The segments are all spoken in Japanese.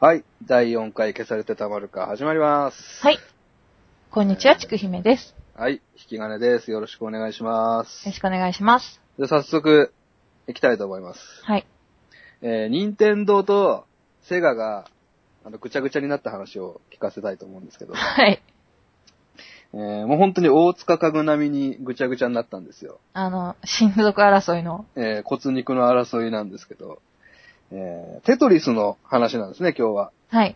はい。第4回消されてたまるか始まります。はい。こんにちは、ちくひめです。よはい。引き金です。よろしくお願いしますろ。しくお願いします。で、早速、行きたいと思います。はい。えー、任天堂とセガが、あの、ぐちゃぐちゃになった話を聞かせたいと思うんですけど、はい。えー、もう本当に大塚家具並みにぐちゃぐちゃになったんですよ。あの、親族争いの。えー、骨肉の争いなんですけど、えー、テトリスの話なんですね、今日は。はい。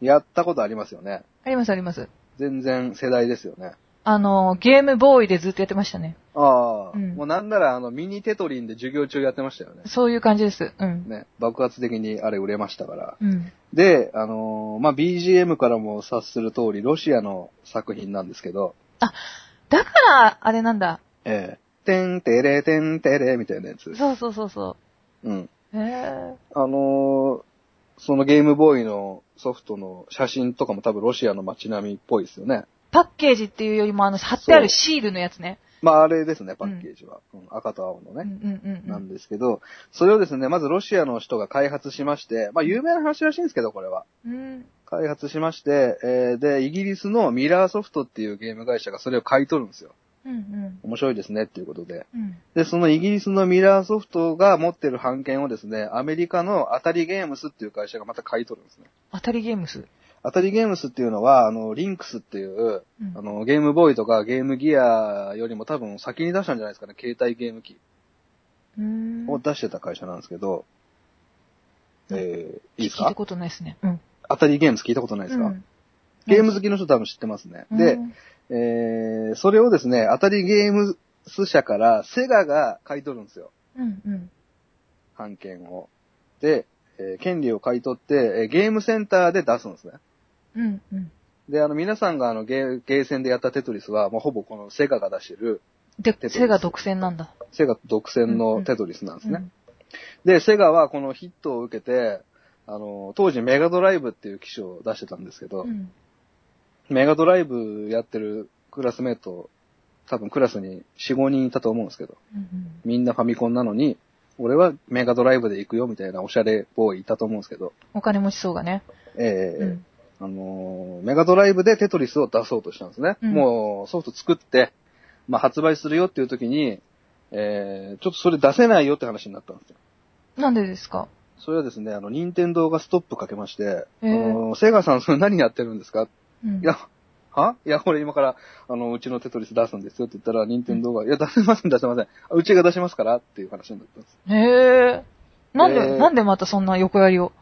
やったことありますよね。ありますあります。全然世代ですよね。あの、ゲームボーイでずっとやってましたね。ああ、うんもうなんならあのミニテトリンで授業中やってましたよね。そういう感じです。うん。ね、爆発的にあれ売れましたから。うん。で、あのーまあ、BGM からも察する通り、ロシアの作品なんですけど、だから、あれなんだ。ええてんてれてんてれみたいなやつ。そうそうそうそうん。う。へえ。あのーそのゲームボーイのソフトの写真とかも多分ロシアの街並みっぽいですよね。パッケージっていうよりも、あの、貼ってあるシールのやつね。まあ、あれですね、パッケージは。うん赤と青のうね。んうんうんうなんん。ですけど、それをですね、まずロシアの人が開発しまして、まあ、有名な話らしいんですけど、これは。うん。開発しまして、えーで、イギリスのミラーソフトっていうゲーム会社がそれを買い取るんですよ。うんうん。面白いですねっていうことで。うん。で、そのイギリスのミラーソフトが持ってる版権をですね、アメリカのアタリゲームスっていう会社がまた買い取るんですね。当たりゲームス。アタリゲームスっていうのは、あの、リンクスっていう、うんあの、ゲームボーイとかゲームギアよりも多分先に出したんじゃないですかね、携帯ゲーム機うーん。を出してた会社なんですけど、うんえー、いいです聞いたかことないですね。うん。アタリゲームス聞いたことないですか、うんゲーム好きの人多分知ってますね。で、うんえー、それをですね、当たりゲームス社からセガが買い取るんですよ。うんうん。版権を。で、えー権利を買い取って、えーゲームセンターで出すんですね。うんうん。で、あの、皆さんがあの、ゲー、ゲーセンでやったテトリスは、もうほぼこのセガが出してる、でトリ、スセガ独占なんだ。セガ独占のテトリスなんですね。うんで、セガはこのヒットを受けて、あの、当時メガドライブっていう機種を出してたんですけど、うん。メガドライブやってるクラスメイト、多分クラスに4、5人いたと思うんですけど、うんみんなファミコンなのに、俺はメガドライブで行くよみたいなおしゃれボーイいたと思うんですけど、お金持ちそうがね。ええうんあのーメガドライブでテトリスを出そうとしたんですね。うんもうソフト作って、まあ発売するよっていう時に、えーちょっとそれ出せないよって話になったんですよ。なんでですかそれはですね、あの、任天堂がストップかけまして、へーあのーセガさんそれ何やってるんですかうんいや、はいや、これ今から、あの、うちのテトリス出すんですよって言ったら、任天堂が、いや、出せません、出せません。うちが出しますからっていう話になったんです。へえ。なんえで、ーなんでまたそんな横やりを。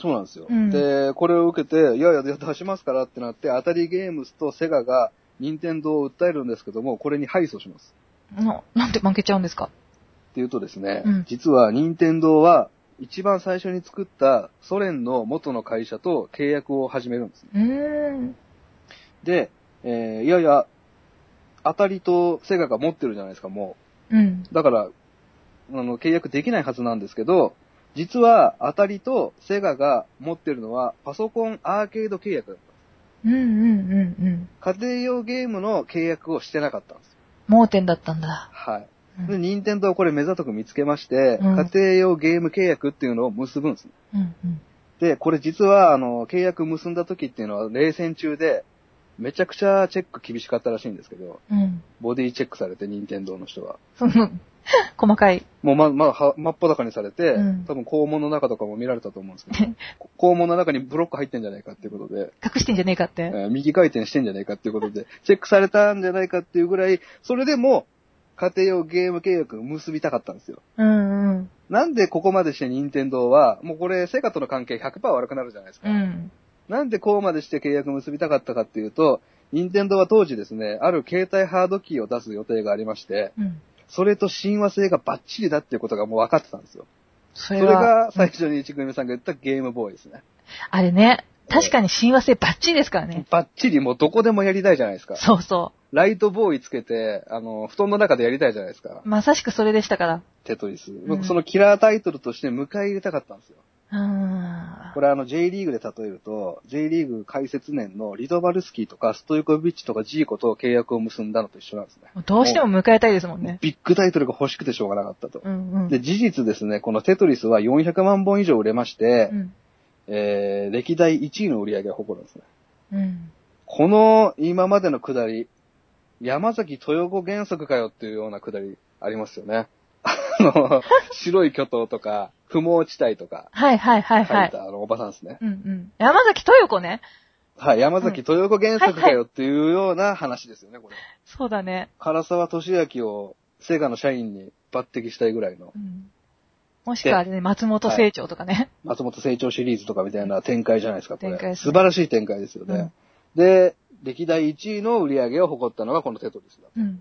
そうなんですよ。うんで、これを受けて、いやいや、出しますからってなって、当たりゲームスとセガが、任天堂を訴えるんですけども、これに敗訴します。ななんで負けちゃうんですかっていうとですね、うん実は任天堂は、一番最初に作ったソ連の元の会社と契約を始めるんですね。うーん。で、えーいやいや、当たりとセガが持ってるじゃないですか、もうん。う。だから、あの、契約できないはずなんですけど、実は、当たりとセガが持ってるのは、パソコンアーケード契約だった。うんうんうんうん。家庭用ゲームの契約をしてなかったんですよ。盲点だったんだ。はい。うんで、任天堂はこれ目ざとく見つけまして、うん家庭用ゲーム契約っていうのを結ぶんですね。うんうんで、これ実は、あの、契約結んだ時っていうのは冷戦中で、めちゃくちゃチェック厳しかったらしいんですけど、うん。ボディチェックされて、任天堂の人は。その、 細かい。もうま、ま、は真っ裸にされて、うん多分肛門の中とかも見られたと思うんですけ ど、こ肛門の中にブロック入ってんじゃないかっていうことで、隠してんじゃねえかっえて。ー右回転してんじゃないかっていうことで、チェックされたんじゃないかっていうぐらい、それでも、家庭用ゲーム契約を結びたかったんですよ。うんうん。なんでここまでして任天堂は、もうこれ、セガとの関係100%悪くなるじゃないですか。うん。なんでこうまでして契約結びたかったかっていうと、任天堂は当時ですね、ある携帯ハードキーを出す予定がありまして、うん。それと親和性がバッチリだっていうことがもう分かってたんですよ。そそれれは、が最初に一組さんが言ったゲームボーイですね。あれね、確かに親和性バッチリですからね。バッチリもうどこでもやりたいじゃないですか。そうそライトボーイつけて、あの、布団の中でやりたいじゃないですかう。。まさしくそれでしたから。テトリス。んそのキラータイトルとして迎え入れたかったんですよ。うーんこ。れあの J リーグで例えると、J リーグ解説年のリドバルスキーとかストイコビッチとかジーコと契約を結んだのと一緒なんですね。もうどうしても迎えたいですもんね。ビッグタイトルが欲しくてしょうがなかったと。うんうん。で、事実ですね、このテトリスは400万本以上売れましてう、んえー、歴代1位の売り上げを誇るんですね。うん。この今までのくだり、山崎豊子原則かよっていうようなくだりありますよね。 あ の、白い巨頭とか、不毛地帯とかはいはいはい書いた、はい。あの、おばさんですね。うんうん。山崎豊子ね。はい、山崎豊子原則かよっていうような話ですよね、これ。そうだね。唐沢俊明をセガの社員に抜擢したいぐらいのうん。もしくはあれね、松本清張とかね。松本成長シリーズとかみたいな展開じゃないですか、これ。展開です素ね晴らしい展開ですよね。で、歴代1位の売り上げを誇ったのがこのテトリスだ。うん。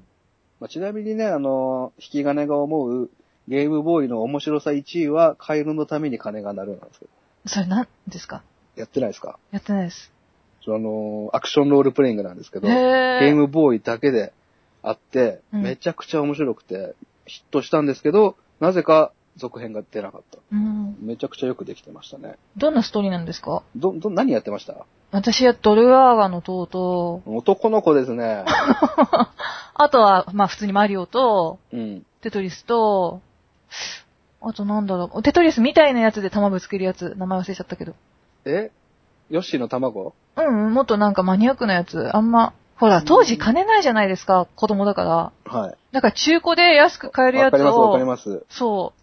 まあ、ちなみにね、あの、引き金が思うゲームボーイの面白さ1位は、カエルのために金が鳴るなんですけど、それ何ですかやってないですかやってないです。その、アクションロールプレイングなんですけへど、ゲーームボーイだけであって、うんめちゃくちゃ面白くて、ヒットしたんですけど、なぜか続編が出なかった。うん。めちゃくちゃよくできてましたね。どんなストーリーなんですかど、ど、何やってました私はドルアーガの塔と、男の子です ね。あとは、まあ普通にマリオと、うん。テトリスと、あとなんだろう、テトリスみたいなやつで玉ぶつけるやつ、名前忘れちゃったけど。えヨッシーの卵うんうん、もっとなんかマニアックなやつ、あんま、ほら、当時金ないじゃないですか、子供だから。はだから中古で安く買えい。るやわつかります、わかりを、ます。そ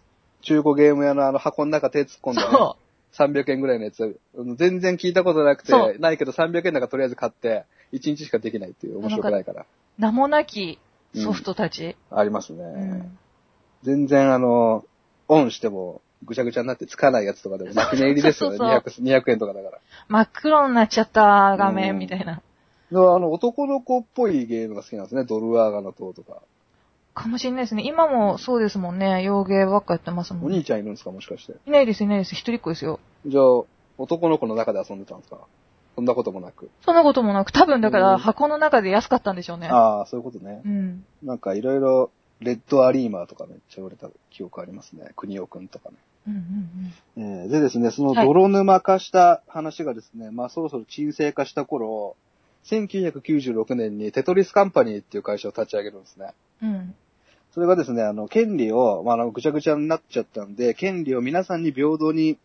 中古ゲーム屋のあの箱の中手突っ込う、んで、ね、そ300円ぐらいのやつ。うん全然聞いたことなくそて、ないけど300円なんかとりあえず買って、1日しかできないっていう面白くないから。う、名もなきソフトたち。ありますね。うん。全然あの、オンしてもぐちゃぐちゃになってつかないやつとかでも、泣き寝入りですよね。そうそう200 200円とかだから。真っ黒になっちゃった画うん面みたいな。でもあの、男の子っぽいゲームが好きなんですね。ドルアーガの塔とか。かもしれないですね。今もそうですもんね。洋芸ばっかやってますもおんね。兄ちゃんいるんですかもしかして。いないです、いないです。一人っ子ですよ。じゃあ、男の子の中で遊んでたんですかそんなこともなく。そんなこともなく、多分だかうんら箱の中で安かったんでしょうね。ああ、そういうことね。うん。なんかいろいろ、レッドアリーマーとかめっちゃ売れた記憶ありますね。国尾くんとかね。うんうんうん。えーでですね、その泥沼化した話がですね、まあそろそろ沈静化した頃、1996年にテトリスカンパニーっていう会社を立ち上げるんですね。うん。それがですね、あの、権利を、まあ、あの、ぐちゃぐちゃになっちゃったんで、権利を皆さんに平等に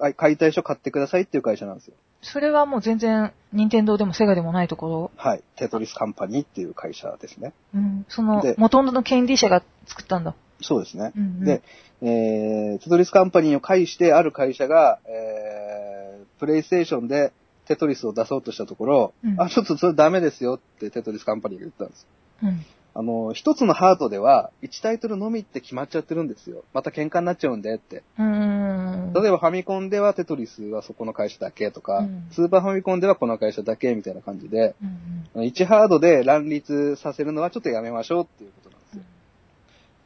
あ解体書買ってくださいっていう会社なんですよ。それはもう全然、任天堂でもセガでもないとこはい。テトリスカンパニーっていう会社ですね。ろ。うん。そので、元々の権利者が作ったんだ。そうですね。うん、うん。で、えー、テトリスカンパニーを介してある会社が、えー、プレイステーションでテトリスを出そうとしたところ、うんあ、ちょっとそれダメですよってテトリスカンパニーが言ったんです。うん。あの、一つのハートでは、一タイトルのみって決まっちゃってるんですよ。また喧嘩になっちゃうんでって。うん。例えばファミコンではテトリスはそこの会社だけとか、うんスーパーファミコンではこの会社だけみたいな感じで、うんうん1ハードで乱立させるのはちょっとやめましょうっていうことなんですよ。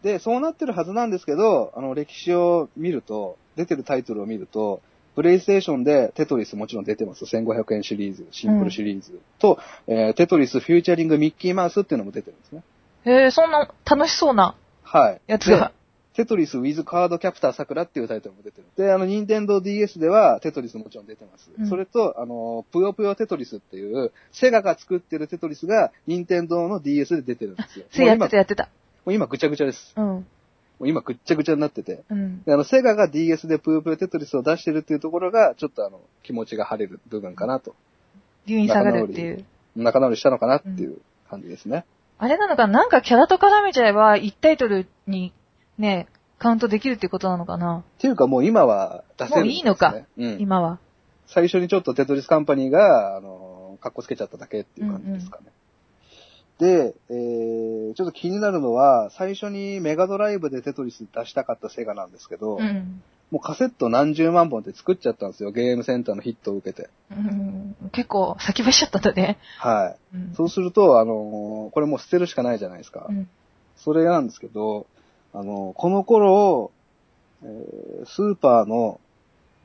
で、そうなってるはずなんですけど、あの、歴史を見ると、出てるタイトルを見ると、プレイステーションでテトリスもちろん出てます。1500円シリーズ、シンプルシリーズ、と、えーテトリスフューチャリングミッキーマウスっていうのも出てるんですね。へえ、そんな楽しそうなはい。やつが。テトリスウィズカードキャプター桜っていうタイトルも出てる。で、あの、任天堂 DS ではテトリスもちろん出てます。うんそれと、あの、ぷよぷよテトリスっていう、セガが作ってるテトリスが任天堂の DS で出てるんですよ。 そもれやうっ今、てもたやってた。う今ぐちゃぐちゃです。うん。もう今ぐっちゃぐちゃになってて。うん。であの、セガが DS でぷよぷよテトリスを出してるっていうところが、ちょっとあの、気持ちが晴れる部分かなと。留飲下がるっていう。仲直りしたのかなっていう感じですね。あれなのかななんかキャラと絡めちゃえば、1タイトルにね、カウントできるっていうことなのかな、っていうかもう今は出せるんです、ね。もういいのか。うん。今は。最初にちょっとテトリスカンパニーが、あの、格好つけちゃっただけっていう感じですかね。で、えー、ちょっと気になるのは、最初にメガドライブでテトリス出したかったセガなんですけど、うん。もうカセット何十万本って作っちゃったんですよ。ゲームセンターのヒットを受けて。うん、結構先走っちゃったんだね。はうんい。そうすると、あのーこれもう捨てるしかないじゃないですか。うんそれなんですけど、あの、この頃、えースーパーの、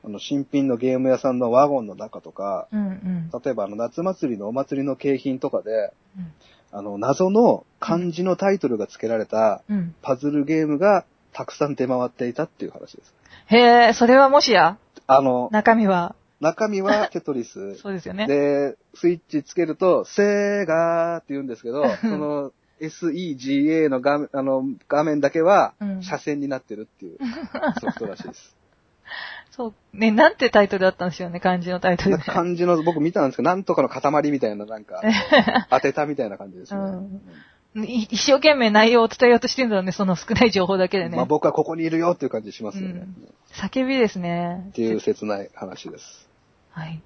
あの、新品のゲーム屋さんのワゴンの中とか、うんうん。例えばあの、夏祭りのお祭りの景品とかで、うんあの、謎の漢字のタイトルが付けられたうん。パズルゲームがたくさん出回っていたっていう話です。へえ、それはもしや、あの、中身は、中身はテトリス。そうですよね。で、スイッチつけると、セーガーって言うんですけ ど、その、SEGA の画面あの画面だけはう、ん 斜線になってるっていうソフトらしいです。そう。ね、なんてタイトルだったんですよね、漢字のタイトルなんでか。感じの、僕見たんですけど、なんとかの塊みたいな、なん か、当てたみたいな感じですね。うんい一生懸命内容を伝えようとしてるんだろうね、その少ない情報だけでまあね。僕はここにいるよっていう感じしますよね。うん叫びですね。っていう切ない話です。はい。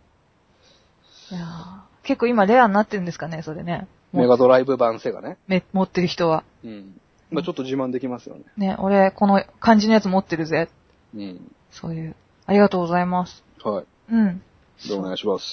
いやー結構今レアになってるんですかね、それね。もメガドライブ版セガね。め持ってる人は。うん。まあちょっと自慢できますよね。ね、俺、この漢字のやつ持ってるぜ。うん。そういう。ありがとうございます。はうん。い。でお願いします。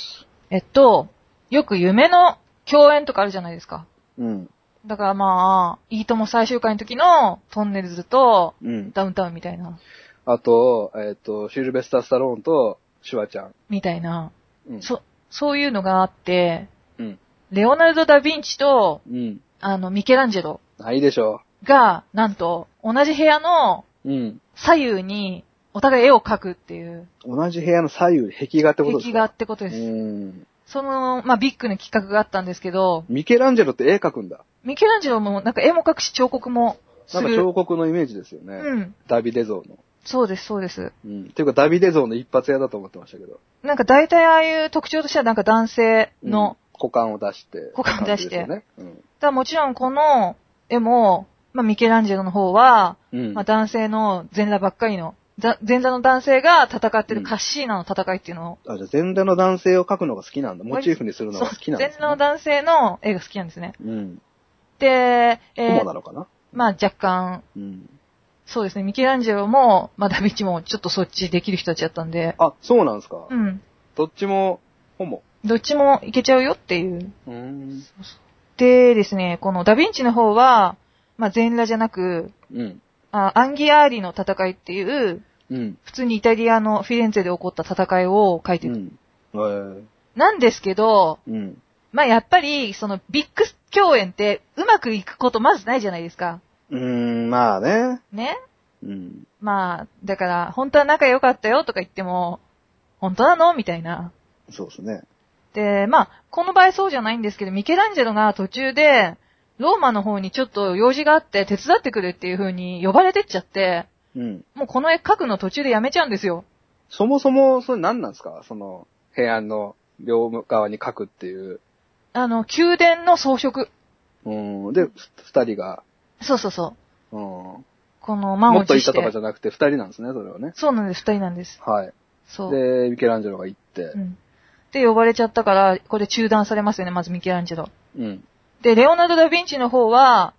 えっと、よく夢の共演とかあるじゃないですか。うん。だからまあ、いいとも最終回の時のトンネルズとうん。ダウンタウンみたいな、あと、えっ、と、シルベスター・スタローンとシュワちゃん。みたいな、うん。そ、そういうのがあって、うん。レオナルド・ダ・ヴィンチと、うん。あの、ミケランジェロないでしょが、なんと、同じ部屋のう。うん。左右に、お互い絵を描くっていう、同じ部屋の左右、壁画ってことです壁か画ってことです。うん。その、まあ、ビッグな企画があったんですけど、ミケランジェロって絵描くんだ。ミケランジェロもなんか絵も描くし彫刻もすなんかる。彫刻のイメージですよね。うん。ダビデ像の。そうです、そうです。うん。っていうかダビデ像の一発屋だと思ってましたけど。なんか大体ああいう特徴としてはなんか男性うんの、。股間を出して。股間を出して感じですよね。ただもちろんこの絵も、まあ、ミケランジェロの方は、うん。うんまあ、男性の前座ばっかりの、ざ前座の男性が戦ってるカッシーナの戦いっていうのを、あ、じゃあ全裸の男性を描くのが好きなんだ。モチーフにするのそが好うきなん前です、ね。座の男性の絵が好きなんですね。うん。で、え雲ーなのかなまあ若干、うん。そうですね、ミケランジェロも、まあダヴィンチもちょっとそっちできる人たちだったんで、あ、そうなんですか、うん。どっちも、ホモ。どっちもいけちゃうよっていう。うん。でですね、このダヴィンチの方は、まあ全裸じゃなく、うん。あアンギアーリの戦いっていう、うん。普通にイタリアのフィレンツェで起こった戦いを書いてうる。ん。えーなんですけど、うん。まあやっぱり、そのビッグ共演ってうまくいくことまずないじゃないですか。うーん、まあね。ねうん。まあ、だから、本当は仲良かったよとか言っても、本当なのみたいな。そうですね。で、まあ、この場合そうじゃないんですけど、ミケランジェロが途中で、ローマの方にちょっと用事があって手伝ってくれっていう風に呼ばれてっちゃって、うん。もうこの絵描くの途中でやめちゃうんですよ。そもそも、それ何なんですかその、平安の両側に書くっていう。あの、宮殿の装飾。うん。で、ふ二人が、そうそうそう。うん。この満もをっと持いしたてと。かじゃなくて、二人なんですね、それはね。そうなんです、二人なんです。はい。そう。で、ミケランジェロが行ってう、ん。で、呼ばれちゃったから、これ中断されますよね、まずミケランジェロ。うん。で、レオナルド・ダ・ヴィンチの方は、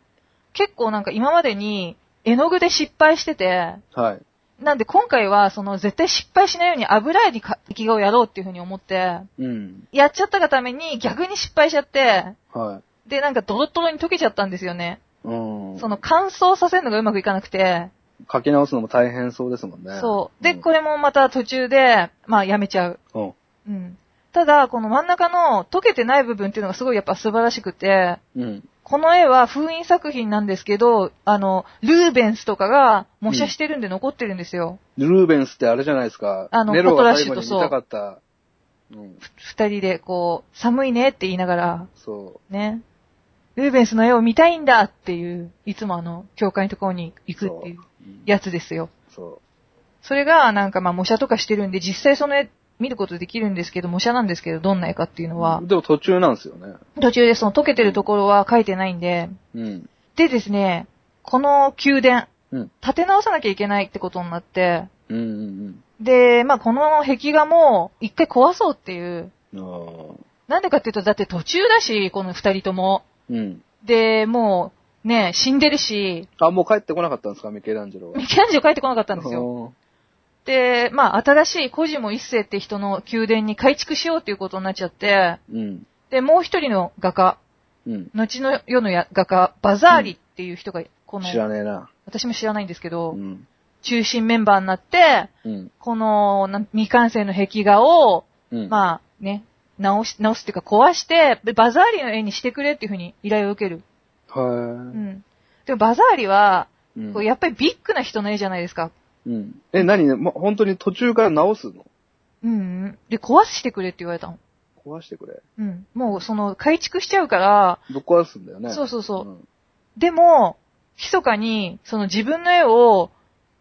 結構なんか今までに絵の具で失敗してて、はい。なんで今回はその絶対失敗しないように油絵にか壁画をやろうっていうふうに思って、うん。やっちゃったがために逆に失敗しちゃって、はい。で、なんかドロッドロに溶けちゃったんですよね。うん。その乾燥させるのがうまくいかなくて、書き直すのも大変そうですもんね。そう。で、んこれもまた途中で、まあやめちゃう。うん。うん。ただ、この真ん中の溶けてない部分っていうのがすごいやっぱ素晴らしくて、うん。この絵は封印作品なんですけど、あの、ルーベンスとかが模写してるんで残ってるんですよ。ルーベンスってあれじゃないですか。あのネロポトがラッ最シュ後にと見そたうかった。うん。二人でこう、寒いねって言いながら、そね。ルーベンスの絵を見たいんだっていう、いつもあの、教会のところに行くっていうう。うんやつですよ。そそれがなんかまあ模写とかしてるんで、実際その絵見ることできるんですけど、模写なんですけど、どんな絵かっていうのはう。、でも途中なんですよね。途中でその溶けてるところは描いてないんで、うん。でですね、この宮殿、うん建て直さなきゃいけないってことになって、うんうんで、まあ、この壁画も一回壊そうっていう。うん。ああ。なんでかっていうと、だって途中だし、この二人とも。うん。で、もう、ね、死んでるし、あ、もう帰ってこなかったんですか、ミケランジェロは。ミケランジェロ帰ってこなかったんですよ。よ。で、まあ、新しいコジモ一世って人の宮殿に改築しようっていうことになっちゃって、うん。で、もう一人の画家、うん。後の世のや画家、バザーリっていう人が、この、知らねえな。私も知らないんですけうど、ん。中心メンバーになって、うん。このなん未完成の壁画を、うん。あ。まあね、直し、直すっていうか壊して、でバザーリの絵にしてくれっていうふうに依頼を受ける。うはん。でもバザーリは、い。うんこうやっぱりビッグな人の絵じゃないですか。うん。え、何ね、ま、本当に途中から直すのうん、うん。で、壊してくれって言われたの。壊してくれ。うん。もうその改築しちゃうから、ぶっ壊すんだよね。そうそうそう。んでも、密かに、その自分の絵を、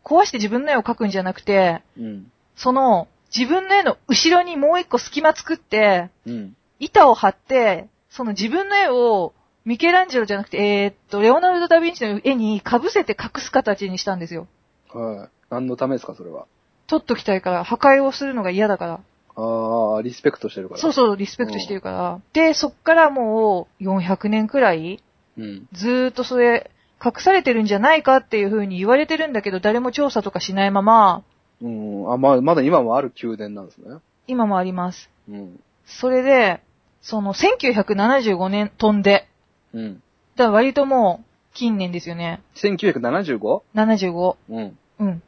壊して自分の絵を描くんじゃなくて、うん。その、自分の絵の後ろにもう一個隙間作って、うん。板を張って、その自分の絵を、ミケランジェロじゃなくて、えーっと、レオナルド・ダ・ヴィンチの絵に被せて隠す形にしたんですよ。はい。何のためですか、それは。取っときたいから、破壊をするのが嫌だから。ああ、リスペクトしてるから。そうそう、リスペクトしてるから。で、そっからもう、400年くらい、うん。ずーっとそれ、隠されてるんじゃないかっていう風に言われてるんだけど、誰も調査とかしないまま、うん。あ、まあ、まだ今もある宮殿なんですね。今もあります。うん。それで、その、1975年飛んで、うん。だから割ともう、近年ですよね。 1975? 75。うん。うん。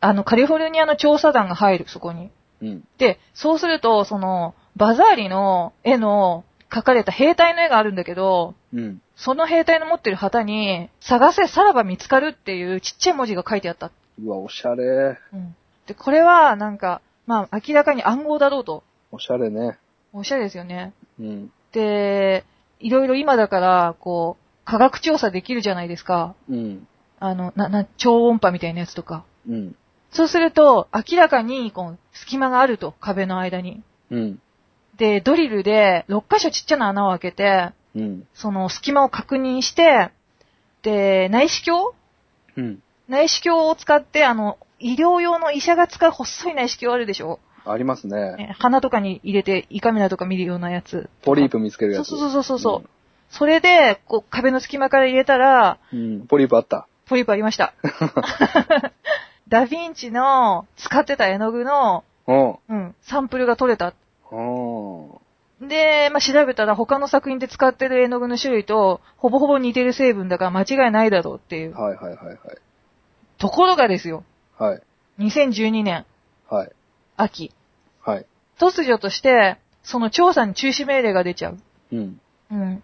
あの、カリフォルニアの調査団が入る、そこに。うん。で、そうすると、その、バザーリの絵の描かれた兵隊の絵があるんだけど、うん。その兵隊の持ってる旗に、探せさらば見つかるっていうちっちゃい文字が書いてあった。うわ、おしゃれ。うん。で、これは、なんか、まあ、明らかに暗号だろうと。おしゃれね。おしゃれですよね。うん。で、いろいろ今だから、こう、科学調査できるじゃないですか。うん。あの、な、な、超音波みたいなやつとか。うん。そうすると、明らかに、こう、隙間があると、壁の間に。うん。で、ドリルで、6箇所ちっちゃな穴を開けて、うん。その隙間を確認して、で、内視鏡うん。内視鏡を使って、あの、医療用の医者が使う細い内視鏡あるでしょ、ありますね。ね鼻とかに入れて胃カメラとか見るようなやつ。ポリープ見つけるやつ。そうそうそうそうそう。それで、こう、壁の隙間から入れたら、うん。うん。ポリープあった。ポリープありま した。ダヴィンチの使ってた絵の具の、うん。うん、サンプルが取れた。うん。で、まあ、調べたら他の作品で使ってる絵の具の種類と、ほぼほぼ似てる成分だから間違いないだろうっていう。はいはいはいはい。ところがですよ、はい。 2012年はい。秋、はい。突如として、その調査に中止命令が出ちゃう。うん。うん。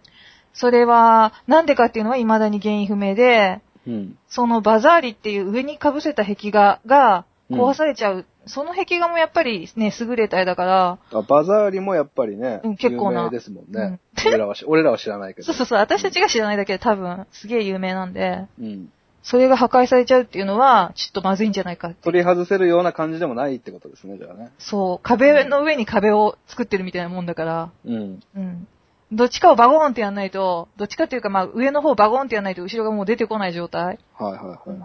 それは、なんでかっていうのは未だに原因不明で、うん。そのバザーリっていう上に被せた壁画が壊されちゃう。その壁画もやっぱりね、優れた絵だから、あバザーリもやっぱりね、うん結構な有名ですもんね。うん俺らはし、俺らは知らないけど。そうそうそう、私たちが知らないだけで多分、すげえ有名なんで、うん。それが破壊されちゃうっていうのは、ちょっとまずいんじゃないかって。取り外せるような感じでもないってことですね、じゃあね。そう、壁の上に壁を作ってるみたいなもんだから、うん。うん。どっちかをバゴーンってやんないと、どっちかっていうかまあ上の方をバゴーンってやんないと後ろがもう出てこない状態。はいはいはい、はい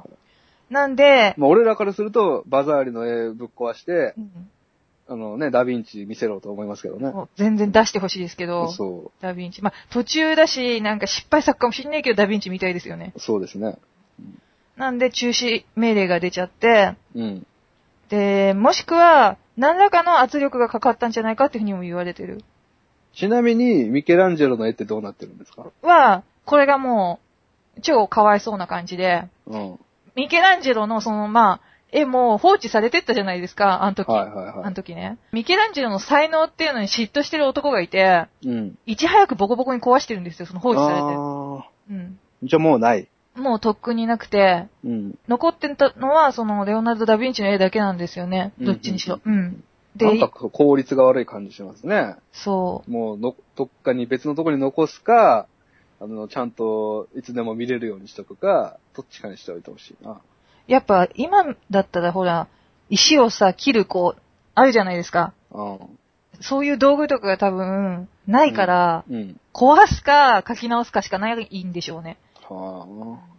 なんで、まあ俺らからすると、バザーリの絵ぶっ壊して、うんあのね、ダヴィンチ見せろと思いますけどね。もう全然出してほしいですけど、そダヴィンチ。まあ途中だし、なんか失敗作かもしんないけどダヴィンチみたいですよね。う。そうですね。なんで中止命令が出ちゃって、うん。で、もしくは、何らかの圧力がかかったんじゃないかっていうふうにも言われてる。ちなみに、ミケランジェロの絵ってどうなってるんですかは、これがもう、超かわいそうな感じで、うん。はいミケランジェロのその、まあ、絵も放置されてったじゃないですか、あの時。はいあはの時ね。ミケランジェロの才能っていうのに嫉妬してる男がいて、い。うん。いち早くボコボコに壊してるんですよ、その放置されて。あうん。ーじゃあもうない。もうとっくになくて、うん。残ってたのは、その、レオナルド・ダ・ヴィンチの絵だけなんですよね。どっちにしろ。うん。でなんか効率が悪い感じしますね。そもうの、どっかに別のとこに残すか、あの、ちゃんといつでも見れるようにしとくか、どっちかにしておいてほしいな。う。やっぱ、今だったらほら、石をさ、切る、こう、あるじゃないですか。うん。そういう道具とかが多分、ないから、うん。壊すか、書き直すかしかないんでしょうね。はあ。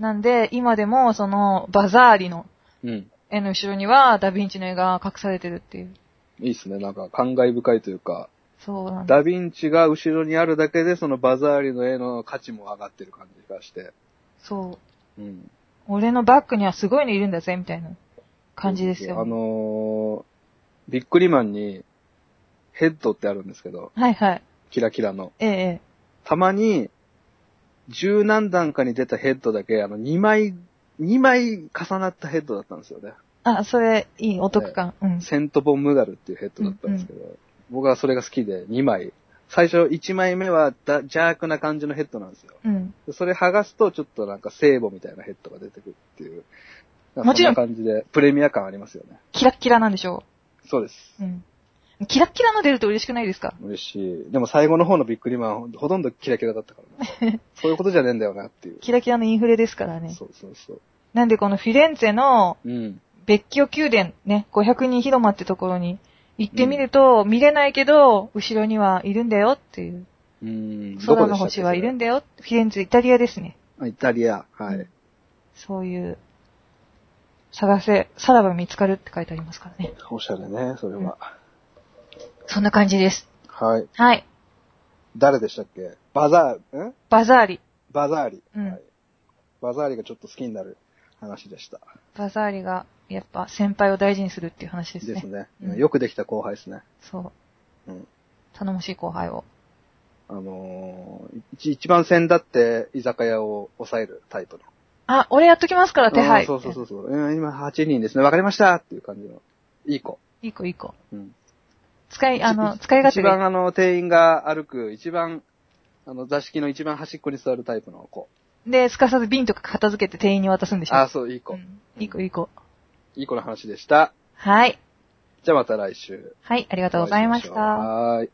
なんで、今でも、その、バザーリのうん。絵の後ろには、ダ・ヴィンチの絵が隠されてるっていう。いいっすね。なんか感慨深いというか、そうなんだ。ダヴィンチが後ろにあるだけで、そのバザーリの絵の価値も上がってる感じがして。そう。うん。俺のバッグにはすごいのいるんだぜ、みたいな感じですよ。あのー、ビックリマンに、ヘッドってあるんですけど、はいはい。キラキラの。ええええ。たまに、十何段かに出たヘッドだけ、あの、2枚、2枚重なったヘッドだったんですよね。あ、それ、いい、お得感。うん。セント・ボン・ムガルっていうヘッドだったんですけど、僕はそれが好きで2枚。最初1枚目はだ邪悪な感じのヘッドなんですよ。うん。でそれ剥がすとちょっとなんか聖母みたいなヘッドが出てくるっていう。なかもちろんそんな感じでプレミア感ありますよね。キラッキラなんでしょそうです。う。うん。キラッキラの出ると嬉しくないですか嬉しい。でも最後の方のビックリマンほとんどキラキラだったから ね。そういうことじゃねえんだよなっていう。キラキラのインフレですからね。そうそうそう。なんでこのフィレンツェのうん。別居宮殿、ね、500人広間ってところに行ってみると、見れないけど、後ろにはいるんだよっていう。うん。どこ空でのしたっけ星はいるんだよ。フィレンツェ、イタリアですね。それあイタリア。はうんい。そういう、探せ、さらば見つかるって書いてありますからね。おしゃれね、それは。そんな感じです。はい。はい。誰でしたっけバザール、んバザーリ。バザーリ、うんはい。バザーリがちょっと好きになる話でした。バザーリが、やっぱ先輩を大事にするっていう話ですね。ですね。うんよくできた後輩ですね。そう。うん。頼もしい後輩を。あのー、一一番先だって居酒屋を抑えるタイプの。あ、俺やっときますから、手あー配。そうそうそうそう。うん今8人ですね。わかりましたっていう感じの。いい子。いい子、いい子。うん。使い、あの、一使い勝手一がいい番あの、店員が歩く、一番、あの、座敷の一番端っこに座るタイプの子。で、すかさず瓶とか片付けて店員に渡すんでしょ。ああ、そう、いい子。うんいい子、いい子。いい子の話でした。はい。じゃあまた来週。はい、ありがとうございましお会いしましたょう。はーい。